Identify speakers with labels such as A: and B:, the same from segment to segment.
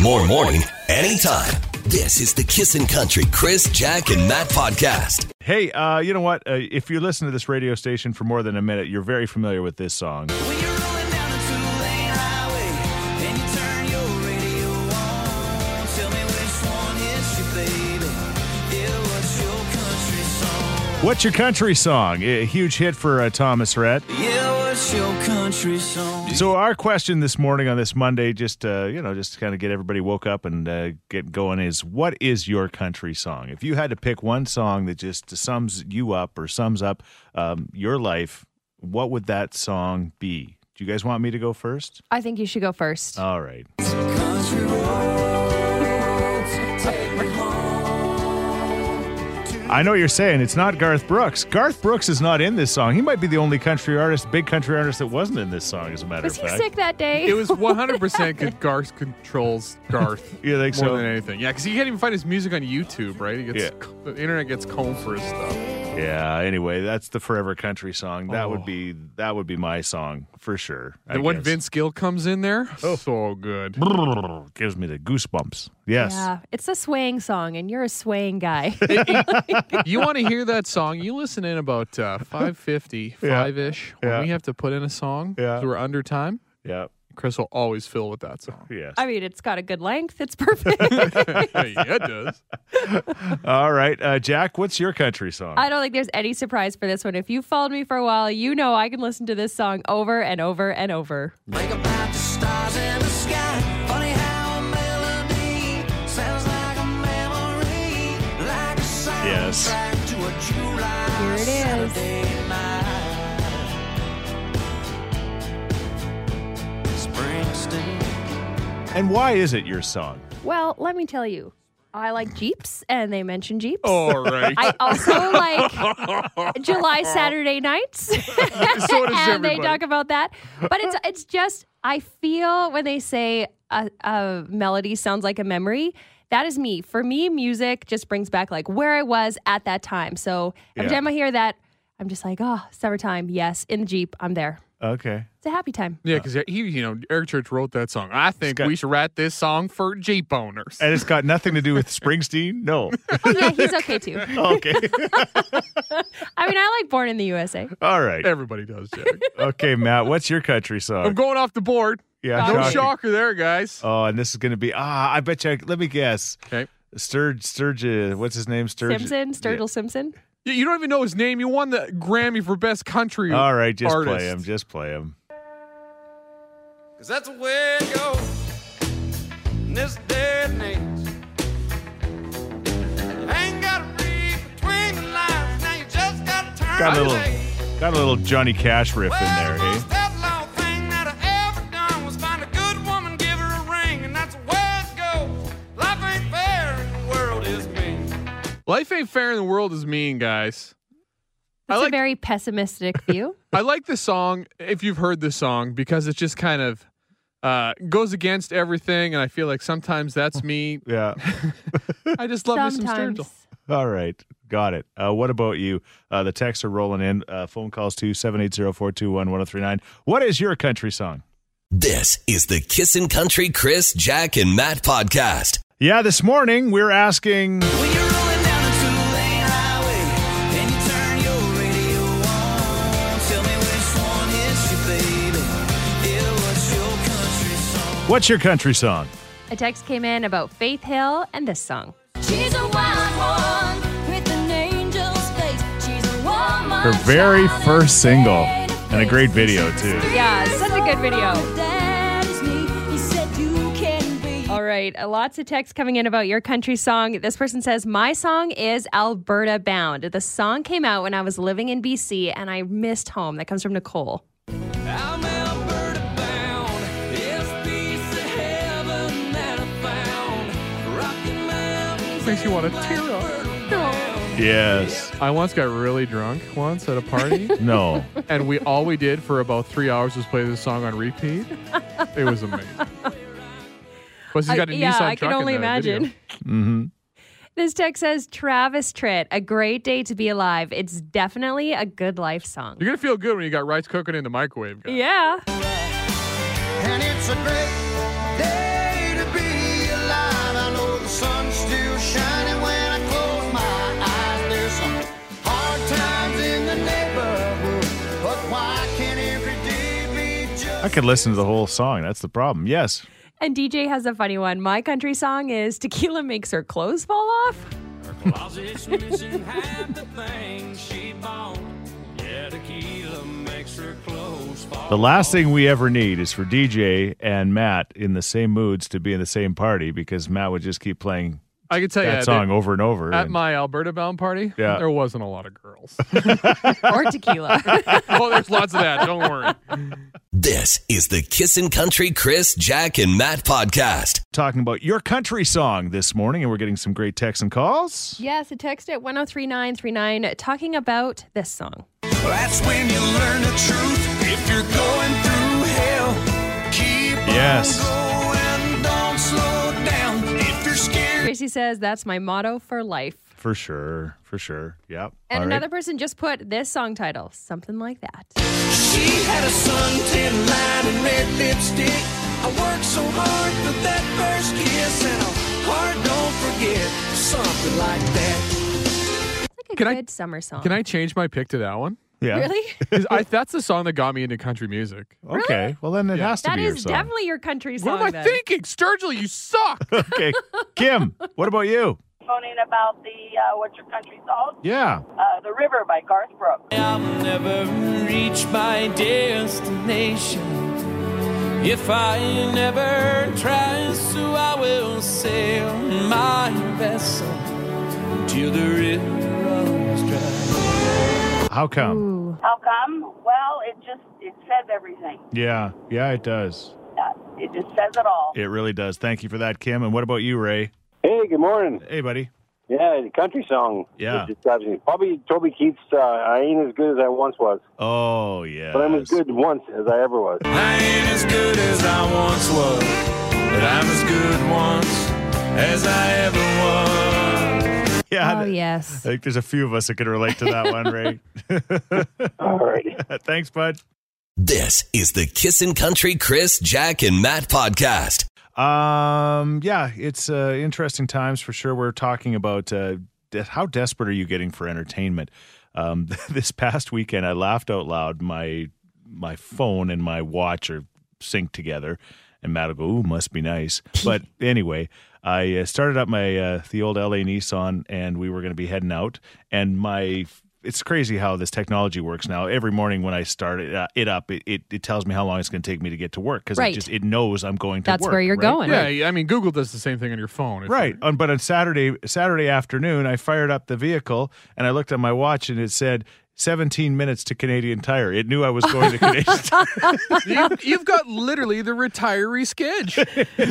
A: More morning, anytime. This is the Kissin' Country Chris, Jack, and Matt podcast.
B: Hey, uh, you know what? Uh, if you listen to this radio station for more than a minute, you're very familiar with this song.
C: When you're rolling down a two-lane highway and you turn your radio on, tell me which one is your baby. Yeah, what's your country song?
B: What's your country song? A huge hit for uh, Thomas Rhett.
C: Yeah, what's your country song?
B: So our question this morning on this Monday, just uh, you know, just to kind of get everybody woke up and uh, get going, is what is your country song? If you had to pick one song that just sums you up or sums up um, your life, what would that song be? Do you guys want me to go first?
D: I think you should go first.
E: Oh,
B: All right.
C: Country roads, take me home.
B: I know what you're saying it's not Garth Brooks. Garth Brooks is not in this song. He might be the only country artist, big country artist, that wasn't in this song. As a matter
D: was
B: of
D: he
B: fact.
D: sick that day?
E: It was 100% because Garth controls Garth.
B: You think
E: more
B: so?
E: than anything. Yeah, because you can't even find his music on YouTube, right? He gets, The internet gets combed for his stuff.
B: Yeah. Anyway, that's the Forever Country song. That would
E: Oh.
B: be that would be my song for sure. I
E: And when
B: guess. Oh.
E: Vince Gill comes in there, so good.
B: Brrr, gives me the goosebumps. Yes.
D: Yeah, it's a swaying song, and you're a swaying guy.
E: you want to hear that song? You listen in about uh, 550,
B: Yeah.
E: 5 ish. When
B: Yeah.
E: we have to put in a song,
B: Yeah.
E: 'cause we're under time,
B: Yeah.
E: Chris will always fill with that song.
B: Yes.
D: I mean, it's got a good length. It's perfect.
E: yeah, it does.
B: All right, uh, Jack. What's your country song?
D: I don't think there's any surprise for this one. If you followed me for a while, you know I can listen to this song over and over and over.
C: Think about the stars in the sky. Funny how a melody sounds like a memory, like a
B: Yes.
C: soundtrack to a July
D: Here it is.
C: Saturday night. Springsteen.
B: and why is it your song?
D: Well, let me tell you, I like Jeeps, and they mention Jeeps.
E: All right.
D: I also like July Saturday nights.
E: so does
D: and they
E: everybody.
D: talk about that. But it's it's just I feel when they say a, a melody sounds like a memory. That is me. For me, music just brings back like where I was at that time. So every
B: Yeah.
D: time I hear that, I'm just like, oh, summertime. Yes, in the jeep, I'm there.
B: Okay.
D: It's a happy time.
E: Yeah, because he, you know, Eric Church wrote that song. I think
B: got-
E: we should write this song for Jeep owners.
B: And it's got nothing to do with Springsteen. No.
D: Oh yeah, he's okay too.
B: Okay.
D: I mean, I like Born in the USA.
B: All right.
E: Everybody does, Jack.
B: Okay, Matt. What's your country
E: I'm
B: song?
E: going off the board.
B: Yeah.
E: No
B: Shocker.
E: shocker there, guys.
B: Oh, and this is going to be ah. I bet you. Let me guess.
E: Okay.
B: Sturge. Sturge. What's his name? Sturge.
D: Simpson, Sturgill Simpson.
E: You- You don't even know his name. You won the Grammy for Best Country.
B: All right. Just
E: artist.
B: play him. Just play him.
C: Cause that's the way it goes in this day and age. You ain't gotta read between the lines, now you just gotta turn
B: Got a
C: the
B: little.
C: page.
B: Got a little Johnny Cash riff in
C: Well,
B: there.
C: the
B: Hey.
C: most outlaw thing that I ever done was find a good woman, give her a ring, and that's the way it goes. Life ain't fair and the world is mean.
E: Life ain't fair and the world is mean, guys.
D: That's
E: I
D: a
E: like
D: very pessimistic view.
E: I like this song if you've heard this song because it just kind of uh, goes against everything, and I feel like sometimes that's me.
B: Yeah.
E: I just love me some
D: Sometimes.
E: Sturgill.
B: All right. Got it. Uh, what about you? Uh, the texts are rolling in. Uh, phone calls to 780-421-1039. What is your country song?
A: This is the Kissin' Country Chris, Jack, and Matt podcast.
B: Yeah, this morning we're asking
C: When you're rolling down a two-lane highway and you turn your radio on, tell me which one is your baby. Yeah, what's your country song?
B: what's your country song?
D: A text came in about Faith Hill and this song.
F: She's a wild one with an angel's face. She's a woman.
B: Her very
F: shining
B: first single
F: face to
B: and a great video too.
D: Yeah, such a good video.
F: face. Daddy's knee, he said you can be.
D: All right, uh, lots of texts coming in about your country song. This person says, My song is Alberta Bound. The song came out when I was living in BC and I missed home. That comes from Nicole.
C: I'm Alberta bound. It's piece of heaven that I found. Rocky Mountains.
E: Makes you want to tear up.
B: Yes.
E: I once got really drunk once at a party,
B: No.
E: and we all we did for about three hours was play this song on repeat. It was amazing. Plus, he's got a
D: Uh, yeah,
E: Nissan
D: I can
E: truck in
D: only
E: that video. Mm-hmm.
D: imagine. This text says, Travis Tritt, a great day to be alive. It's definitely a good life song.
E: You're gonna feel good when you got rice cooking in the microwave. Guys.
D: Yeah.
C: And it's a great day to be alive.
B: I could listen to the whole song. That's the problem. Yes.
D: And DJ has a funny one. My country song is Tequila Makes Her Clothes Fall Off.
G: Closet's missing half the things she bought. Yeah, tequila makes her clothes fall.
B: The last thing we ever need is for DJ and Matt in the same moods to be in the same party because Matt would just keep playing
E: I can tell you
B: that
E: at the-
B: song over and over.
E: at
B: and-
E: my Alberta bound party.
B: Yeah.
E: there wasn't a lot of girls.
D: Or tequila.
E: oh, there's lots of that. Don't worry.
A: This is the Kissin' Country Chris, Jack, and Matt podcast.
B: talking about your country song this morning, and we're getting some great texts and calls.
D: yes, a text at 103939 talking about this song.
C: That's when you learn the truth. If you're going through hell, keep
B: Yes.
C: on going. Don't slow down. If you're scared,
D: Tracy says, That's my motto for life.
B: For sure. For sure. Yep.
D: And
B: All right.
D: another person just put this song title, something like that.
C: she had a suntan line and red lipstick. I worked so hard for that first kiss, and a heart don't forget something like that.
D: It's like a
E: Can I-
D: good summer song.
E: Can I change my pick to that one?
B: Yeah.
D: Really?
E: 'Cause I, that's the song that got me into country music.
B: Okay. Well, then it has to
D: that
B: be your
D: is
B: song.
D: definitely your country song.
E: What am I
D: then.
E: thinking? Sturgill, you suck.
B: okay. Kim, what about you?
H: phoning about the uh, what's your country song?
B: Yeah.
H: Uh, the River by Garth Brooks.
G: I'll never reach my destination. If I never try, so I will sail my vessel till the river runs dry.
B: How come?
H: How come? Well, it just it says everything.
B: Yeah. Yeah, it does.
H: Uh, it just says it all.
B: It really does. Thank you for that, Kim. And what about you, Ray?
I: Hey, good morning.
B: Hey, buddy.
I: Yeah, the country song.
B: Yeah.
I: It just grabs me. Probably Toby Keith's uh, I Ain't As Good As I Once Was.
B: Oh, yeah.
I: But I'm as good once as I ever was.
G: I ain't as good as I once was, but I'm as good once as I ever was.
B: Yeah.
D: Oh,
B: th- I
D: yes.
B: think there's a few of us that could relate to that one, Ray.
I: All right.
B: Thanks, bud.
A: This is the Kissin' Country Chris, Jack, and Matt podcast.
B: Um, yeah, it's uh, interesting times for sure. We're talking about uh, de- how desperate are you getting for entertainment? Um, this past weekend, I laughed out loud. My my phone and my watch are synced together, and Matt will go, "Ooh, must be nice." But anyway, I uh, started up my uh, the old LA Nissan, and we were going to be heading out, and my it's crazy how this technology works now. Every morning when I start it, uh, it up, it, it, it tells me how long it's going to take me to get to work because
D: Right.
B: it just it knows I'm going to
D: That's
B: work,
D: where you're
B: right?
D: going.
E: yeah, I mean, Google does the same thing on your phone. It's
B: Right. On, but on Saturday Saturday afternoon, I fired up the vehicle and I looked at my watch and it said 17 minutes to Canadian Tire. It knew I was going to Canadian Tire.
E: you, you've got literally the retiree sketch.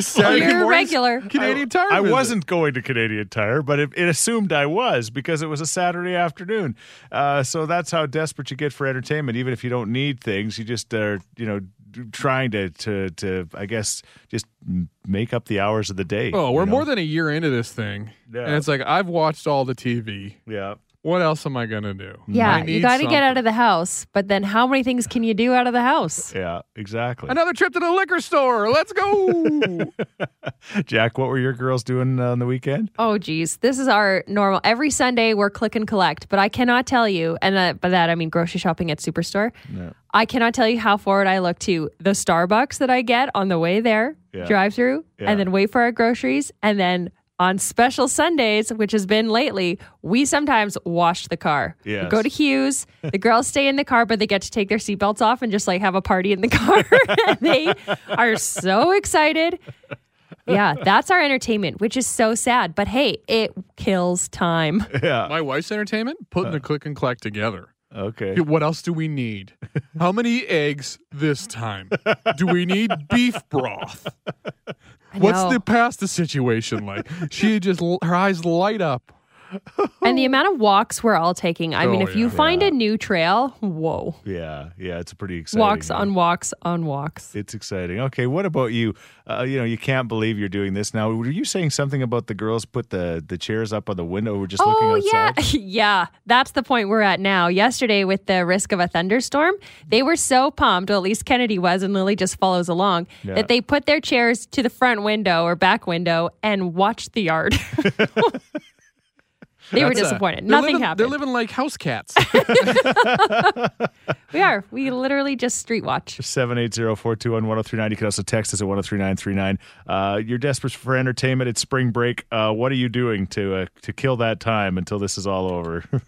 E: Saturday
D: You're a
E: morning's
D: regular.
E: Canadian Tire.
B: I
E: visit.
B: wasn't going to Canadian Tire, but it, it assumed I was because it was a Saturday afternoon. Uh, so that's how desperate you get for entertainment, even if you don't need things. You just are, you know, d- trying to to to I guess just m- make up the hours of the day.
E: Oh, we're
B: you know?
E: more than a year into this thing,
B: Yeah.
E: and it's like I've watched all the TV.
B: yeah.
E: What else am I gonna do? I
D: Yeah,
E: need
D: you got to
E: something.
D: get out of the house, but then how many things can you do out of the house?
B: Yeah, exactly.
E: Another trip to the liquor store. Let's go.
B: Jack, what were your girls doing on the weekend?
D: Oh, geez. This is our normal. Every Sunday, we're click and collect, but I cannot tell you, and uh, by that I mean grocery shopping at Superstore. I cannot tell you how forward I look to the Starbucks that I get on the way there,
B: Yeah.
D: drive through,
B: Yeah.
D: and then wait for our groceries. And then on special Sundays, which has been lately, we sometimes wash the car. We
B: Yes.
D: Go to Hughes. The girls stay in the car, but they get to take their seatbelts off and just like have a party in the car. And they are so excited yeah, that's our entertainment, which is so sad. But hey, it kills time.
B: Yeah.
E: My wife's entertainment putting
B: Uh.
E: the click and collect together.
B: Okay.
E: Dude, What else do we need? How many eggs this time? Do we need beef broth?
D: know.
E: What's the pasta situation like? She just her eyes light up.
D: And the amount of walks we're all taking. I mean,
E: Oh,
D: if you
E: yeah.
D: find a new trail, whoa.
B: Yeah. Yeah. It's a pretty exciting.
D: walks on walks on walks.
B: It's exciting. Okay. What about you? Uh, you know, you can't believe you're doing this now. Were you saying something about the girls put the, the chairs up on the window? We're just
D: Oh
B: looking
D: yeah,
B: outside.
D: yeah. That's the point we're at now. Yesterday, with the risk of a thunderstorm, they were so pumped. Well, at least Kennedy was, and Lily just follows along.
B: Yeah.
D: That they put their chairs to the front window or back window and watched the yard. They were
E: That's a-
D: disappointed.
E: they're
D: Nothing
E: living- They're
D: happened.
E: living like house cats.
D: we are. We literally just street watch.
B: 780-421-1039. You can also text us at 103939. Uh, you're desperate for entertainment. It's spring break. Uh, what are you doing to uh, to kill that time until this is all over?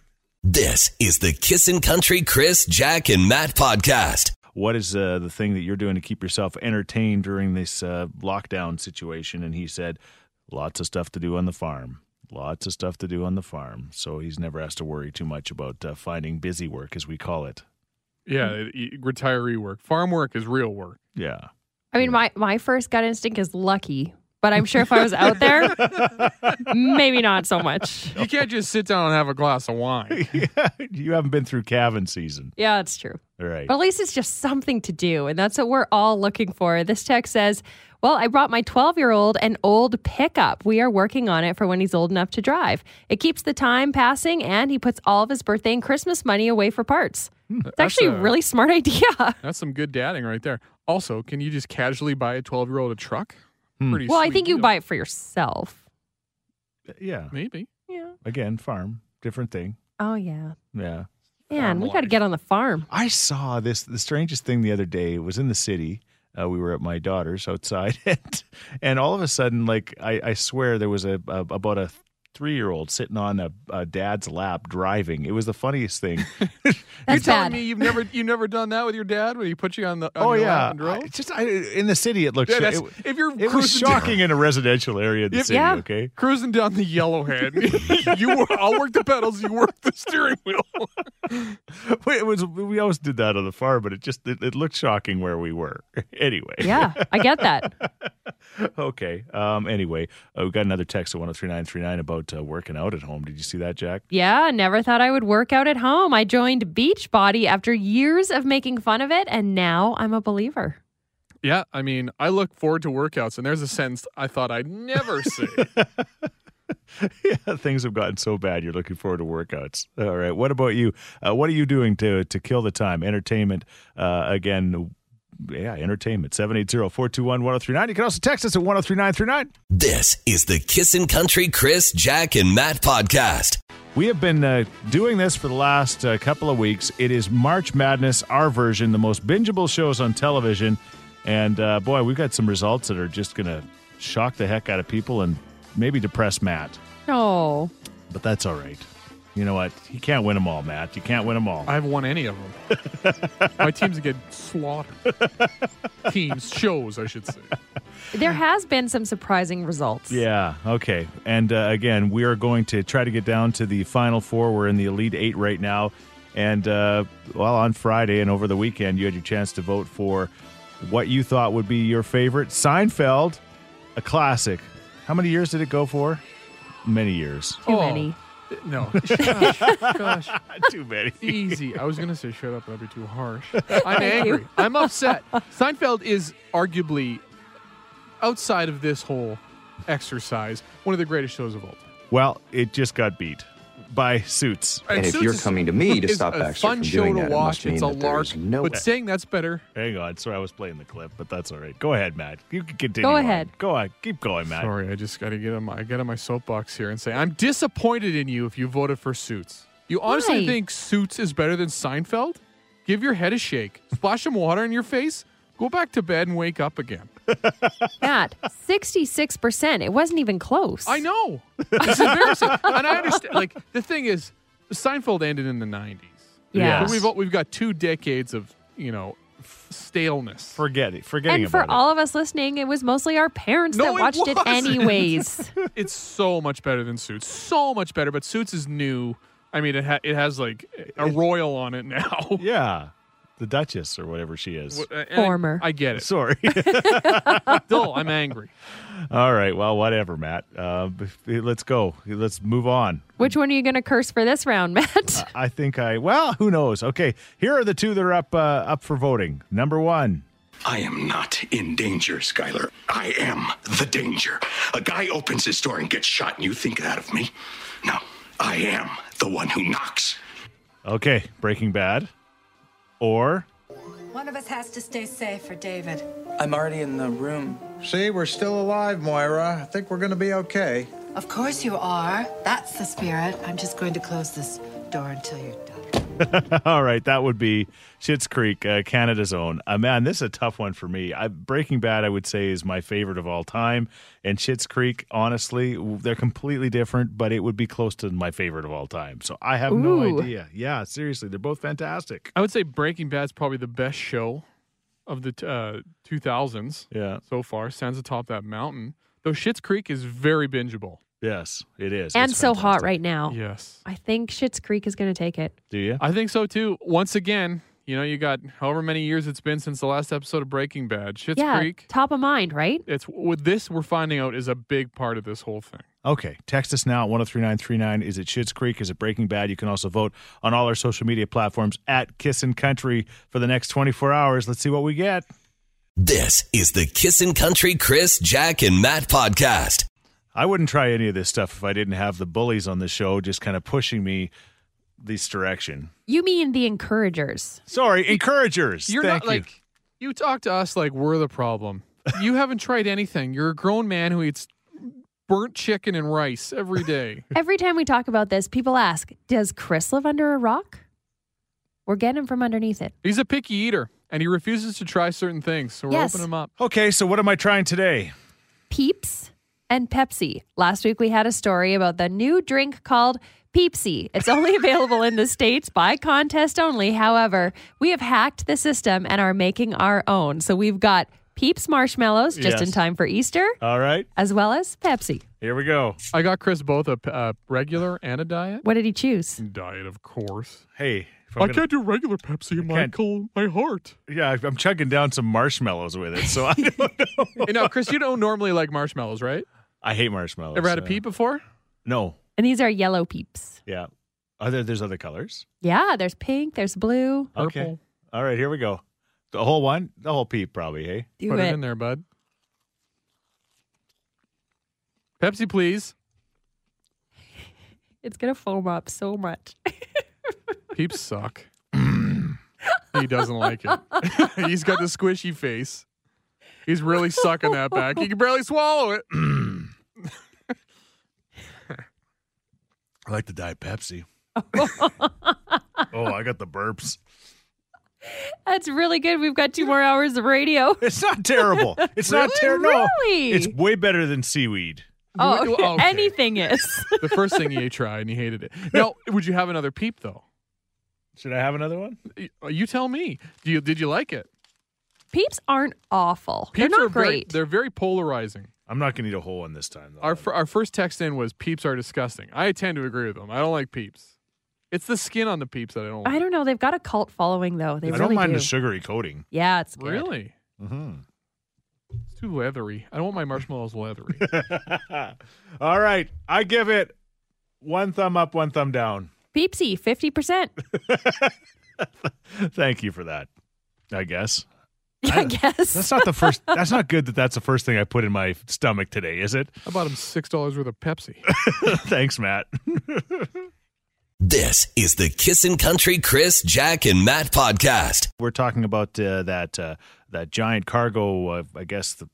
A: This is the Kissin' Country Chris, Jack, and Matt podcast.
B: what is uh, the thing that you're doing to keep yourself entertained during this uh, lockdown situation? And he said, lots of stuff to do on the farm. Lots of stuff to do on the farm. So he's never has to worry too much about uh, finding busy work, as we call it.
E: yeah, it- it- retiree work. Farm work is real work.
B: Yeah.
D: I mean, my, my first gut instinct is lucky, but I'm sure if I was out there, maybe not so much.
E: You can't just sit down and have a glass of wine.
B: you haven't been through calving season.
D: Yeah, it's true.
B: All right.
D: But at least it's just something to do. And that's what we're all looking for. This text says, Well, I brought my 12 year old an old pickup. We are working on it for when he's old enough to drive. It keeps the time passing and he puts all of his birthday and Christmas money away for parts. It's actually a
E: Hmm, a-
D: really smart idea.
E: That's some good dadding right there. Also, can you just casually buy a 12 year old a truck? Pretty
D: Well, I
E: sweet
D: think you
E: deal.
D: buy it for yourself.
B: Yeah.
E: Maybe.
D: Yeah.
B: Again, farm, different thing.
D: Oh, yeah.
B: Yeah.
D: Man, we got to
E: life.
D: get on the farm.
B: I saw this the strangest thing the other day. It was in the city. Uh, we were at my daughter's outside, and, and all of a sudden, like I, I swear, there was a, a about a three year old sitting on a, a dad's lap driving. It was the funniest thing.
D: That's
E: You're
D: bad.
E: telling me you've never you've never done that with your dad when he put you on the on
B: oh
E: your
B: yeah,
E: lap and drove?
B: I- just I, in the city, it looked.
E: Yeah,
B: so-
E: that's-
B: it,
E: if you're
B: it was
E: cruising
B: shocking in a residential area in the
E: If-
B: city.
D: Yeah.
B: Okay,
E: cruising down the yellowhead. you, wor- I'll work the pedals. You work the steering wheel.
B: we, it was we always did that on the farm, but it just it, it looked shocking where we were. anyway,
D: Yeah, I get that.
B: okay. Um, anyway, uh, we got another text at one zero three nine three nine about uh, working out at home. Did you see that, Jack?
D: Yeah, never thought I would work out at home. I joined Beachbody after years of making fun of it, and now I'm a believer.
E: Yeah, I mean, I look forward to workouts, and there's a sentence I thought I'd never say.
B: yeah, things have gotten so bad. You're looking forward to workouts. All right. What about you? Uh, what are you doing to to kill the time? Entertainment. Uh, again, yeah, entertainment. 780-421-1039. You can also text us at 103939.
A: This is the Kissin' Country Chris, Jack, and Matt podcast.
B: We have been uh, doing this for the last uh, couple of weeks. It is March Madness, our version, the most bingeable shows on television. And uh, boy, we've got some results that are just going to shock the heck out of people and maybe depress Matt.
D: Oh,
B: But that's all right. You know what? You can't win them all, Matt. You can't win them all.
E: I haven't won any of them. My teams get slaughtered. Teams, shows, I should say.
D: there has been some surprising results.
B: Yeah. Okay. And uh, again, we are going to try to get down to the final four. We're in the elite eight right now. And uh, well, on Friday and over the weekend, you had your chance to vote for what you thought would be your favorite Seinfeld, a classic. How many years did it go for? Many years.
D: Too
E: Oh.
D: many.
E: No. Gosh, gosh,
B: Too many.
E: easy. I was going to say shut up, that'd be too harsh. I'm angry. I'm upset. Seinfeld is arguably, outside of this whole exercise, one of the greatest shows of all time.
B: Well, it just got beat by Suits.
E: And,
J: if you're coming to me to
E: it's
J: stop
E: a
J: Baxter
E: fun
J: from
E: show
J: doing
E: to
J: that, it must
E: watch.
J: mean
E: It's a
J: that there
E: lark.
J: is no
E: but
J: way.
E: saying that's better.
B: Hang on. Sorry, I was playing the clip, but that's all right. Go ahead, Matt. You can continue.
D: Go
B: on.
D: ahead.
B: Go on. Keep going, Matt.
E: Sorry, I just got to get on my I get on my soapbox here and say I'm disappointed in you if you voted for Suits. You honestly
D: Why?
E: think Suits is better than Seinfeld? Give your head a shake. Splash some water in your face. Go back to bed and wake up again.
D: Matt, 66%. It wasn't even close.
E: I know. It's embarrassing. and I understand like the thing is Seinfeld ended in the 90s.
D: Yeah.
E: But we've we've got two decades of, you know, staleness.
B: Forget it. Forgetting
D: And for
B: about it.
D: all of us listening, it was mostly our parents
E: No,
D: that
E: it
D: watched it,
E: wasn't.
D: anyways.
E: it's so much better than Suits. So much better, but Suits is new. I mean, it ha- it has like a royal on it now.
B: Yeah. The Duchess or whatever she is.
E: W- uh, and I-
D: Former.
E: I, get it.
B: Sorry.
E: Still, I'm angry.
B: All right. Well, whatever, Matt. Uh, b- let's go. Let's move on.
D: Which one are you going to curse for this round,
E: Ah,
D: Matt?
B: I think I. Well, who knows? Okay. Here are the two that are up uh, up for voting. Number one.
K: I am not in danger, Skylar. I am the danger. A guy opens his door and gets shot, and you think that of me? No, I am the one who knocks.
B: Okay. Breaking Bad. Or
F: One of us has to stay safe for David.
C: I'm already in the room.
K: See, we're still alive, Moira. I think we're going to be okay.
J: Of course you are. That's the spirit. I'm just going to close this door until you're done.
B: All right, that would be Schitt's Creek, uh, Canada's own. Uh, man, this is a tough one for me. I, Breaking Bad, I would say, is my favorite of all time, and Schitt's Creek, honestly, w- they're completely different, but it would be close to my favorite of all time. So I have no
E: Ooh.
B: idea. Yeah, seriously, they're both fantastic.
E: I would say Breaking Bad's probably the best show of the t- uh, 2000s.
B: Yeah.
E: So far, stands atop that mountain. Though Schitt's Creek is very bingeable.
B: Yes, it is.
D: and so hot right now.
E: Yes.
D: I think Schitt's Creek is going to take it.
B: Do you?
E: I think so too. Once again, you know, you got however many years it's been since the last episode of Breaking Bad. Schitt's
D: yeah,
E: Creek.
D: top of mind, right?
E: It's with this we're finding out is a big part of this whole thing.
B: Okay, text us now oh at 103939. Is it Schitt's Creek? Is it Breaking Bad? You can also vote on all our social media platforms at Kissin' Country for the next 24 hours. Let's see what we get.
A: This is the Kissin' Country Chris, Jack, and Matt podcast.
B: I wouldn't try any of this stuff if I didn't have the bullies on the show just kind of pushing me this direction.
D: You mean the encouragers?
B: Sorry, encouragers.
E: You're
B: Thank
E: not like you talk to us like we're the problem. You haven't tried anything. You're a grown man who eats burnt chicken and rice every day.
D: Every time we talk about this, people ask, "Does Chris live under a rock?" We're getting him from underneath it.
E: He's a picky eater and he refuses to try certain things. So we're
D: Yes.
E: opening him up.
B: you. Okay, so what am I trying today?
D: Peeps and Pepsi. Last week we had a story about the new drink called Peepsy. It's only available in the States by contest only. However, we have hacked the system and are making our own. So we've got Peeps marshmallows just
E: Yes.
D: in time for Easter,
B: All right,
D: as well as Pepsi.
B: here we go.
E: I got Chris both a, a regular and a diet.
D: What did he choose?
E: Diet, of course.
B: Hey, if I'm
E: I
B: gonna-
E: can't do regular Pepsi, Michael. My heart.
B: yeah, I'm chugging down some marshmallows with it, so I, don't know.
E: you know, Chris, you don't normally like marshmallows, right?
B: I hate marshmallows.
E: Ever had a
B: so-
E: peep before?
B: No,
D: And these are yellow peeps.
B: yeah. Other, there's other colors.
D: Yeah, there's pink, there's blue.
B: Okay.
E: Purple.
B: All right, here we go. The whole one, the whole peep, probably. Hey,
D: Do
E: Put it.
D: it.
E: in there, bud. Pepsi, please.
D: It's going to foam up so much.
E: Peeps suck. he doesn't like it. He's got the squishy face. He's really sucking that back. He can barely swallow it.
B: I like the Diet Pepsi. oh, I got the burps.
D: That's really good. We've got two more hours of radio.
B: It's not terrible. It's not terrible.
D: Really?
B: It's way better than seaweed.
D: Oh,
E: Well, okay.
D: anything is.
E: The first thing he tried and he hated it. Now, would you have another peep though?
B: Should I have another one?
E: Y- uh, You tell me. Do you did you like it?
D: Peeps aren't awful.
E: Peeps
D: they're
E: are
D: not
E: very-
D: great.
E: they're very polarizing.
B: I'm not gonna eat a whole one this time. Though.
E: Our fir- our first text in was peeps are disgusting. I tend to agree with them. I don't like peeps. It's the skin on the peeps that I don't. like.
D: I don't know. They've got a cult following though. They
B: I
D: really
B: don't mind
D: do.
B: the sugary coating.
D: yeah, it's good.
E: Really?
B: Mhm.
E: It's too leathery. I don't want my marshmallows leathery.
B: All right, I give it one thumb up, one thumb down.
D: Peepsy, fifty percent.
B: Thank you for that. I guess
D: I guess.
B: that's not the first. that's not good. That that's the first thing I put in my stomach today, is it?
E: I bought him six dollars worth of Pepsi.
B: Thanks, Matt.
A: This is the Kissin' Country Chris, Jack, and Matt podcast.
B: We're talking about uh, that uh, that giant cargo. Uh, I guess the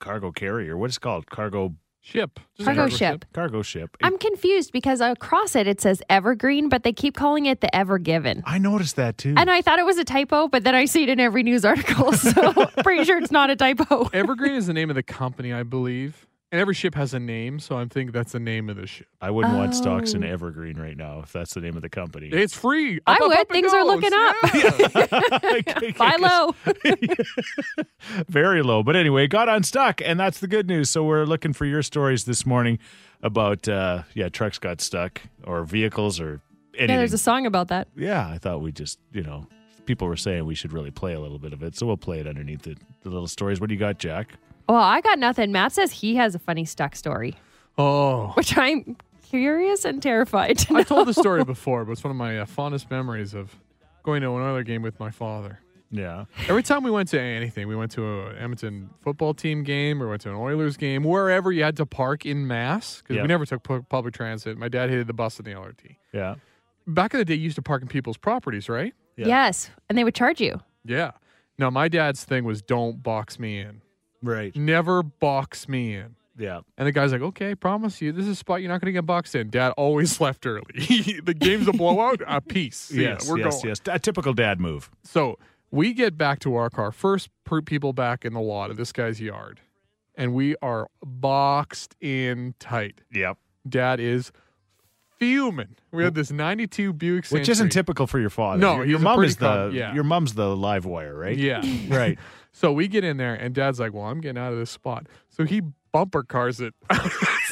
B: cargo carrier. What is it called? Cargo
E: Ship. Just a
D: Cargo ship.
B: cargo ship.
D: I'm confused because across it it says Evergreen, but they keep calling it the Ever Given.
B: I noticed that too.
D: And I thought it was a typo, but then I see it in every news article, so pretty sure it's not a typo.
E: Evergreen is the name of the company, I believe. And every ship has a name, so I'm thinking that's the name of the ship.
B: I wouldn't want stocks in
D: Oh.
B: Evergreen right now if that's the name of the company.
E: It's free.
D: I
E: Up, up,
D: would.
E: up it
D: Things are
E: goes.
D: looking up.
E: Yeah.
D: Buy low.
B: Very low. But anyway, it got unstuck, and that's the good news. So we're looking for your stories this morning about, uh, yeah, trucks got stuck or vehicles or anything.
D: Yeah, there's a song about that.
B: Yeah, I thought we just, you know, people were saying we should really play a little bit of it. So we'll play it underneath the, the little stories. What do you got, Jack?
D: Well, I got nothing. Matt says he has a funny stuck story,
E: oh.
D: which I'm curious and terrified. To know.
E: I told the story before, but it's one of my uh, fondest memories of going to another game with my father.
B: Yeah.
E: Every time we went to anything, we went to a Edmonton football team game or went to an Oilers game, wherever you had to park in mass, because
B: Yeah.
E: we never took pu- public transit. My dad hated the bus and the LRT.
B: Yeah.
E: Back in the day, you used to park in people's properties, right?
B: Yeah.
D: Yes, and they would charge you.
E: Yeah. Now, my dad's thing was don't box me in.
B: Right.
E: Never box me in.
B: Yeah.
E: And the guy's like, okay, promise you, this is a spot you're not going to get boxed in. Dad always left early. the game's a blowout, a piece. See ya.
B: yes,
E: we're
B: yes,
E: going.
B: yes. A typical dad move.
E: So we get back to our car first, per people back in the lot of this guy's yard, and we are boxed in tight.
B: Yep.
E: Dad is fuming. We had this '92 Buick,
B: Which isn't
E: Century.
B: typical for your father.
E: No,
B: your,
E: he's
B: your
E: a
B: mom
E: pretty
B: is the
E: calm- yeah.
B: your mom's the live wire, right?
E: Yeah.
B: right.
E: So we get in there, and Dad's like, "Well, I'm getting out of this spot." So he bumper cars it.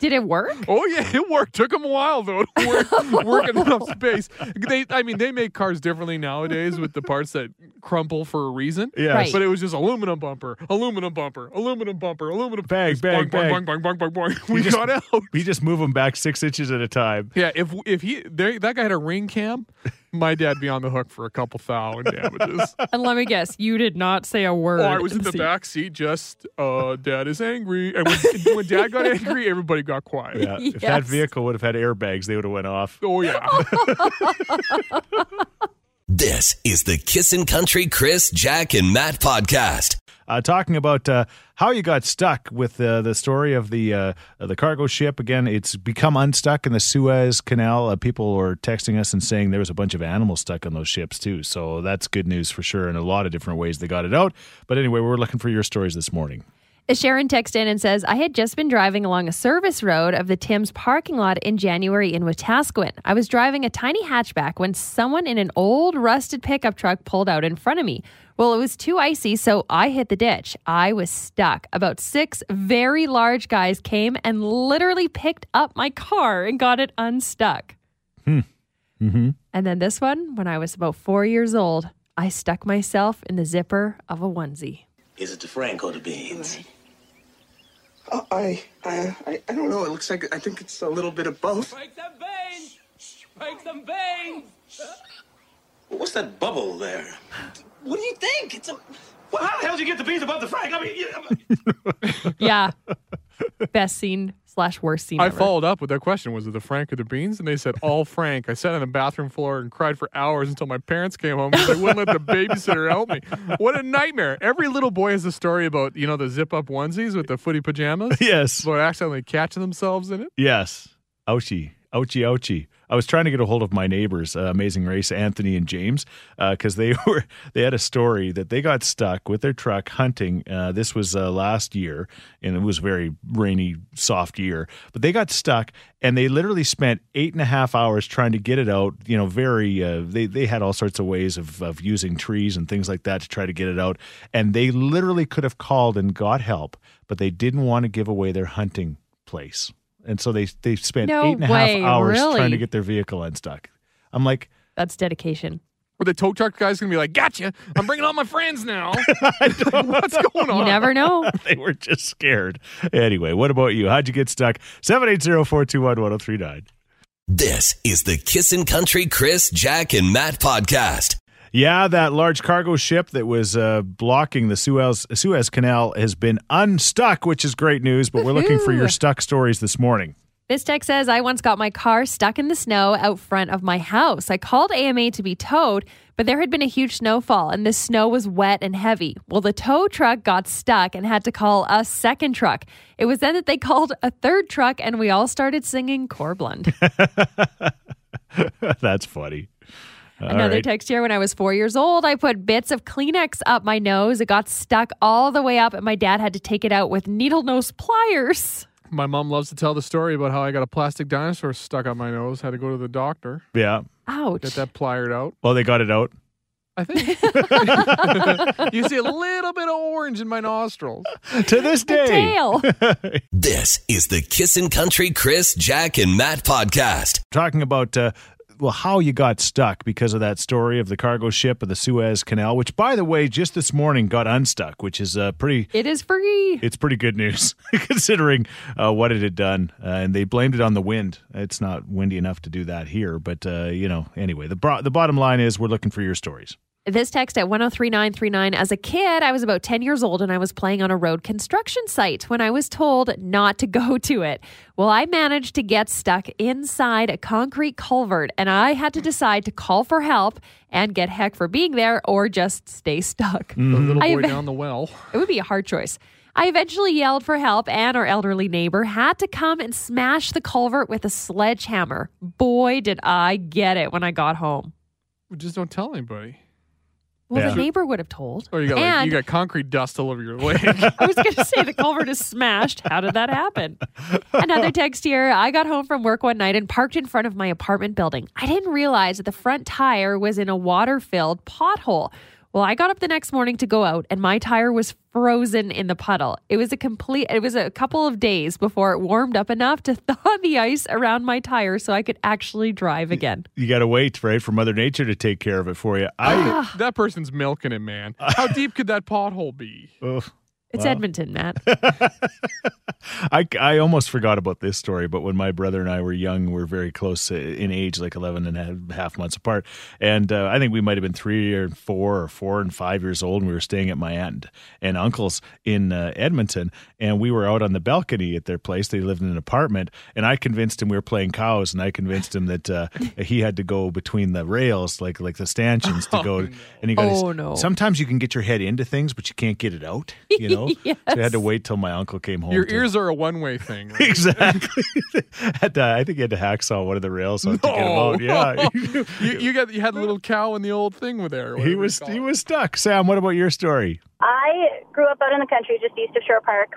D: Did it work?
E: Oh yeah, it worked. Took them a while though to work, work in enough space. They, I mean, they make cars differently nowadays with the parts that crumple for a reason.
B: Yes. Right.
E: but it was just aluminum bumper, aluminum bumper, aluminum bumper, aluminum.
B: Bang,
E: just
B: bang,
E: boing, boing,
B: bang.
E: boing, boing, boing, boing, boing. We
B: just-
E: got out.
B: You just move them back six inches at a time.
E: Yeah, if if he there, that guy had a ring cam, my dad'd be on the hook for a couple thousand damages.
D: And let me guess, you did not say a word.
E: Or Oh, I was in the
D: See,
E: back seat, just uh, dad is angry, and when, when dad got angry, everybody got quiet.
B: Yeah. Uh, If that
D: Yes.
B: vehicle would have had airbags, they would have went off.
E: Oh yeah.
A: This is the Kissin' Country Chris, Jack, and Matt podcast.
B: Uh, talking about uh, how you got stuck with uh, the story of the uh, the cargo ship. Again, it's become unstuck in the Suez Canal. Uh, people were texting us and saying there was a bunch of animals stuck on those ships too. So that's good news for sure. In a lot of different ways, they got it out. But anyway, we're looking for your stories this morning.
D: Sharon texts in and says, I had just been driving along a service road of the Tim's parking lot in January in Wetaskiwin. I was driving a tiny hatchback when someone in an old rusted pickup truck pulled out in front of me. Well, it was too icy, so I hit the ditch. I was stuck. About six very large guys came and literally picked up my car and got it unstuck.
B: Mm-hmm.
D: And then this one, when I was about four years old, I stuck myself in the zipper of a onesie.
L: Is it the Franco the beans?
M: Uh, I, I, I I don't know. It looks like I think it's a little bit of both.
G: Break them veins! Break them veins!
L: What's that bubble there?
M: What do you think? It's a.
L: Well, how the hell did you get the beans above the Frank? I mean, you,
D: yeah. Best scene slash worst scene.
E: I
D: ever.
E: followed up with that question: Was it the Frank or the beans? And they said all Frank. I sat on the bathroom floor and cried for hours until my parents came home because they wouldn't let the babysitter help me. What a nightmare! Every little boy has a story about you know the zip-up onesies with the footy pajamas.
B: Yes.
E: about accidentally catching themselves in it.
B: Yes. Ouchie. Ouchie, ouchie. I was trying to get a hold of my neighbors, uh, Amazing Race, Anthony and James, because they were they had a story that they got stuck with their truck hunting. Uh, this was uh, last year, and it was a very rainy, soft year. But they got stuck, and they literally spent eight and a half hours trying to get it out. You know, very uh, they they had all sorts of ways of of using trees and things like that to try to get it out, and they literally could have called and got help, but they didn't want to give away their hunting place. And so they they spent
D: No
B: eight and a half
D: way,
B: hours trying
D: really?
B: to get their vehicle unstuck. I'm like,
D: That's dedication.
E: Where the tow truck guy's gonna be like, "Gotcha! I'm bringing all my friends now." What's going on?
D: You never know.
B: they were just scared. Anyway, what about you? How'd you get stuck? 780-421-1039.
A: This is the Kissin' Country Chris, Jack, and Matt podcast.
B: Yeah, that large cargo ship that was uh, blocking the Suez, Suez Canal has been unstuck, which is great news, but we're looking for your
D: Woohoo.
B: stuck stories this morning.
D: This text says, I once got my car stuck in the snow out front of my house. I called AMA to be towed, but there had been a huge snowfall and the snow was wet and heavy. Well, the tow truck got stuck and had to call a second truck. It was then that they called a third truck and we all started singing Corblund.
B: That's funny. All
D: Another
B: right.
D: text here. When I was four years old, I put bits of Kleenex up my nose. It got stuck all the way up, and my dad had to take it out with needle nose pliers.
E: My mom loves to tell the story about how I got a plastic dinosaur stuck up my nose. Had to go to the doctor.
B: yeah.
D: Ouch.
E: Get that pliered out.
B: Well, they got it out.
E: I think you see a little bit of orange in my nostrils.
B: To this day.
D: Tail.
A: This is the Kissin' Country Chris, Jack, and Matt podcast.
B: talking about uh, well how you got stuck because of that story of the cargo ship of the Suez Canal, which by the way, just this morning got unstuck, which is uh, pretty.
D: it is free.
B: It's pretty good news considering uh, what it had done, uh, and they blamed it on the wind. It's not windy enough to do that here, but uh, you know. Anyway, the bro- the bottom line is we're looking for your stories.
D: This text at 103939 As a kid, I was about 10 years old and I was playing on a road construction site when I was told not to go to it. Well, I managed to get stuck inside a concrete culvert and I had to decide to call for help and get heck for being there or just stay stuck.
E: The little
D: I
E: boy
D: ev-
E: down the well.
D: It would be a hard choice. I eventually yelled for help, and our elderly neighbor had to come and smash the culvert with a sledgehammer. Boy, did I get it when I got home.
E: Just don't tell anybody.
D: Well,
E: Yeah.
D: the neighbor would have told.
E: Oh, you got like,
D: and
E: you got concrete dust all over your leg.
D: I was going to say the culvert is smashed. How did that happen? Another text here. I got home from work one night and parked in front of my apartment building. I didn't realize that the front tire was in a water filled pothole. Well, I got up the next morning to go out and my tire was frozen in the puddle. It was a complete it was a couple of days before it warmed up enough to thaw the ice around my tire so I could actually drive again.
B: You got to wait, right, for Mother Nature to take care of it for you. I.
E: that person's milking it, man. How deep could that pothole be?
B: Ugh.
D: It's
B: Wow.
D: Edmonton, Matt.
B: I, I almost forgot about this story, but when my brother and I were young, we're very close uh, in age, like 11 and a half- half months apart. And uh, I think we might have been three or four or four and five years old. And we were staying at my aunt and uncle's in uh, Edmonton. And we were out on the balcony at their place. They lived in an apartment. And I convinced him we were playing cows. And I convinced him that uh, he had to go between the rails, like like the stanchions, to go. And he got
D: Oh,
B: his,
D: no.
B: Sometimes you can get your head into things, but you can't get it out, you know? So I had to
D: Yes.
B: wait till my uncle came home.
E: Your
B: to-
E: ears are a one way thing. right?
B: Exactly. had to, I think he had to hacksaw one of the rails off to get him out. Yeah.
E: you, you got you had a little cow in the old thing with there.
B: he was he was stuck. Sam, what about your story?
N: I grew up out in the country just east of Shore Park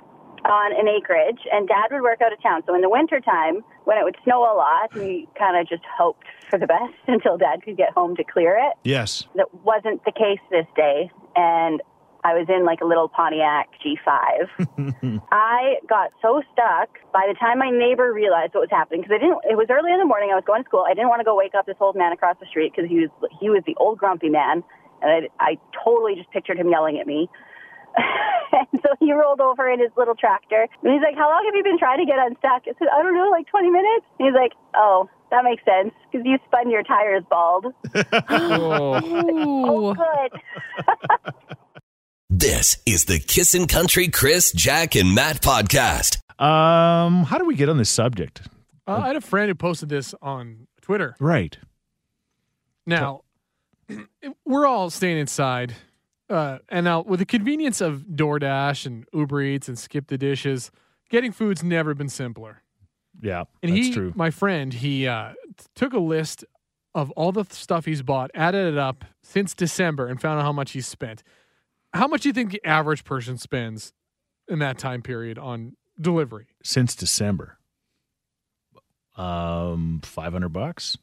N: on an acreage, and dad would work out of town. So in the wintertime, when it would snow a lot, we kind of just hoped for the best until dad could get home to clear it.
B: Yes.
N: That wasn't the case this day, and I was in like a little Pontiac G5. I got so stuck by the time my neighbor realized what was happening because I didn't. It was early in the morning. I was going to school. I didn't want to go wake up this old man across the street because he was he was the old grumpy man, and I, I totally just pictured him yelling at me. and so he rolled over in his little tractor, and he's like, "How long have you been trying to get unstuck?" I said, "I don't know, like 20 minutes." And he's like, "Oh, that makes sense because you spun your tires bald." oh, good.
A: This is the Kissin' Country Chris, Jack, and Matt podcast.
B: Um, how do we get on this subject?
E: Uh, I had a friend who posted this on Twitter.
B: Right.
E: Now, we're all staying inside. Uh, and now, with the convenience of DoorDash and Uber Eats and Skip the Dishes, getting food's never been simpler.
B: Yeah.
E: And
B: that's
E: he,
B: true.
E: my friend, he uh, t- took a list of all the stuff he's bought, added it up since December, and found out how much he's spent. How much do you think the average person spends in that time period on delivery?
B: Since December. Um, five hundred bucks.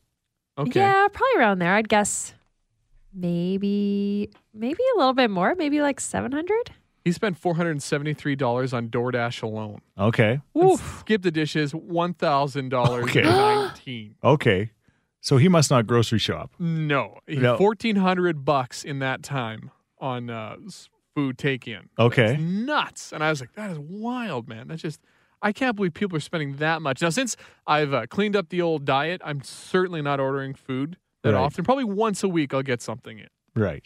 E: Okay.
D: Yeah, probably around there. I'd guess maybe maybe a little bit more, maybe like 700.
E: He spent four hundred and seventy-three dollars on DoorDash alone.
B: Okay.
E: And Skip the dishes, one thousand dollars
B: Okay.
E: nineteen.
B: Okay. So he must not grocery shop.
E: No, He-
B: No.
E: fourteen hundred bucks in that time on uh, s- food take-in.
B: Okay.
E: That's nuts. And I was like, that is wild, man. That's just. I can't believe people are spending that much. Now, since I've uh, cleaned up the old diet, I'm certainly not ordering food that
B: Right.
E: often. Probably once a week, I'll get something in.
B: Right.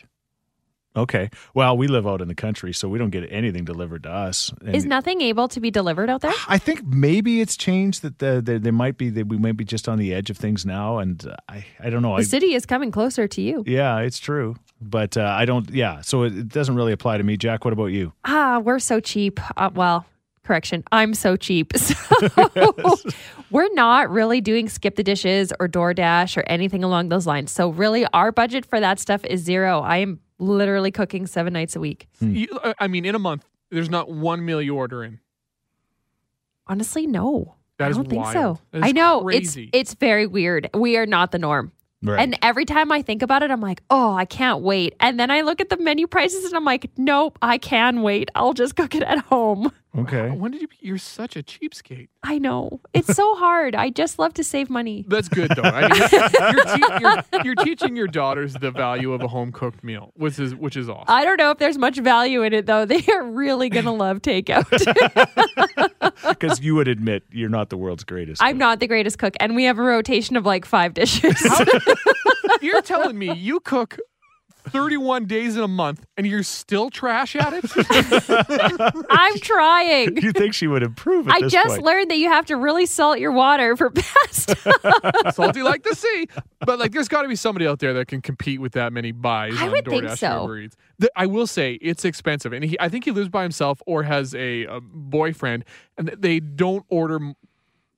B: Okay. Well, we live out in the country, so we don't get anything delivered to us. And-
D: Is nothing able to be delivered out there?
B: I think maybe it's changed that the, the, there might be that we might be just on the edge of things now, and uh, I I don't know. I,
D: The city is coming closer to you.
B: yeah, it's true, but uh, I don't. Yeah, so it, it doesn't really apply to me, Jack. What about you?
D: Ah, we're so cheap. Uh, well, correction, I'm so cheap. So we're not really doing skip the dishes or DoorDash or anything along those lines. So really, our budget for that stuff is zero. I am literally cooking seven nights a week.
B: Hmm.
E: You- I- I mean, in a month, there's not one meal you order in.
D: Honestly, no.
E: That
D: I
E: is
D: don't think
E: wild.
D: so.
E: That is
D: I know
E: crazy.
D: it's it's very weird. We are not the norm.
B: Right.
D: And every time I think about it, I'm like, oh, I can't wait. And then I look at the menu prices and I'm like, nope, I can wait. I'll just cook it at home.
B: Okay.
E: When did you? You're such a cheapskate.
D: I know. It's so hard. I just love to save money.
E: That's good though. I mean, you're, te- you're, you're teaching your daughters the value of a home cooked meal, which is which is awesome.
D: I don't know if there's much value in it though. They are really going to love takeout.
B: Because you would admit you're not the world's greatest.
D: I'm not the greatest cook and we have a rotation of like 5 dishes.
E: You're telling me you cook 31 days in a month, and you're still trash at it?
D: I'm trying.
B: you think she would improve at
D: I
B: this
D: just
B: point.
D: learned that you have to really salt your water for pasta.
E: Salty like the sea. But like, there's got to be somebody out there that can compete with that many buys.
D: I
E: on
D: would
E: DoorDash
D: think
E: and
D: so.
E: Uber Eats. The- I will say it's expensive, and he, I think he lives by himself or has a, a boyfriend, and th- they don't order. m-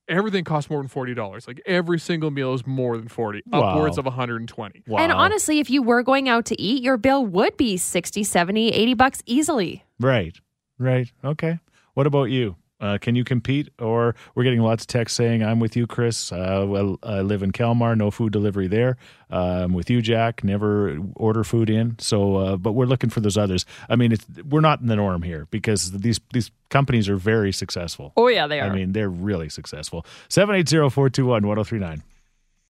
E: Everything costs more than forty dollars. Like every single meal is more than forty,
B: Wow.
E: upwards of one hundred and twenty.
D: And honestly, if you were going out to eat, your bill would be 60, 70, 80 bucks easily.
B: Right. Right. Okay. What about you? Uh, can you compete? Or we're getting lots of texts saying, I'm with you, Chris. Uh, well, I live in Kalmar, no food delivery there. Uh, I'm with you, Jack. Never order food in. So, uh, but we're looking for those others. I mean, it's, we're not in the norm here because these, these companies are very successful.
D: Oh, yeah, they
B: I mean, they're really successful. 780 421 1039.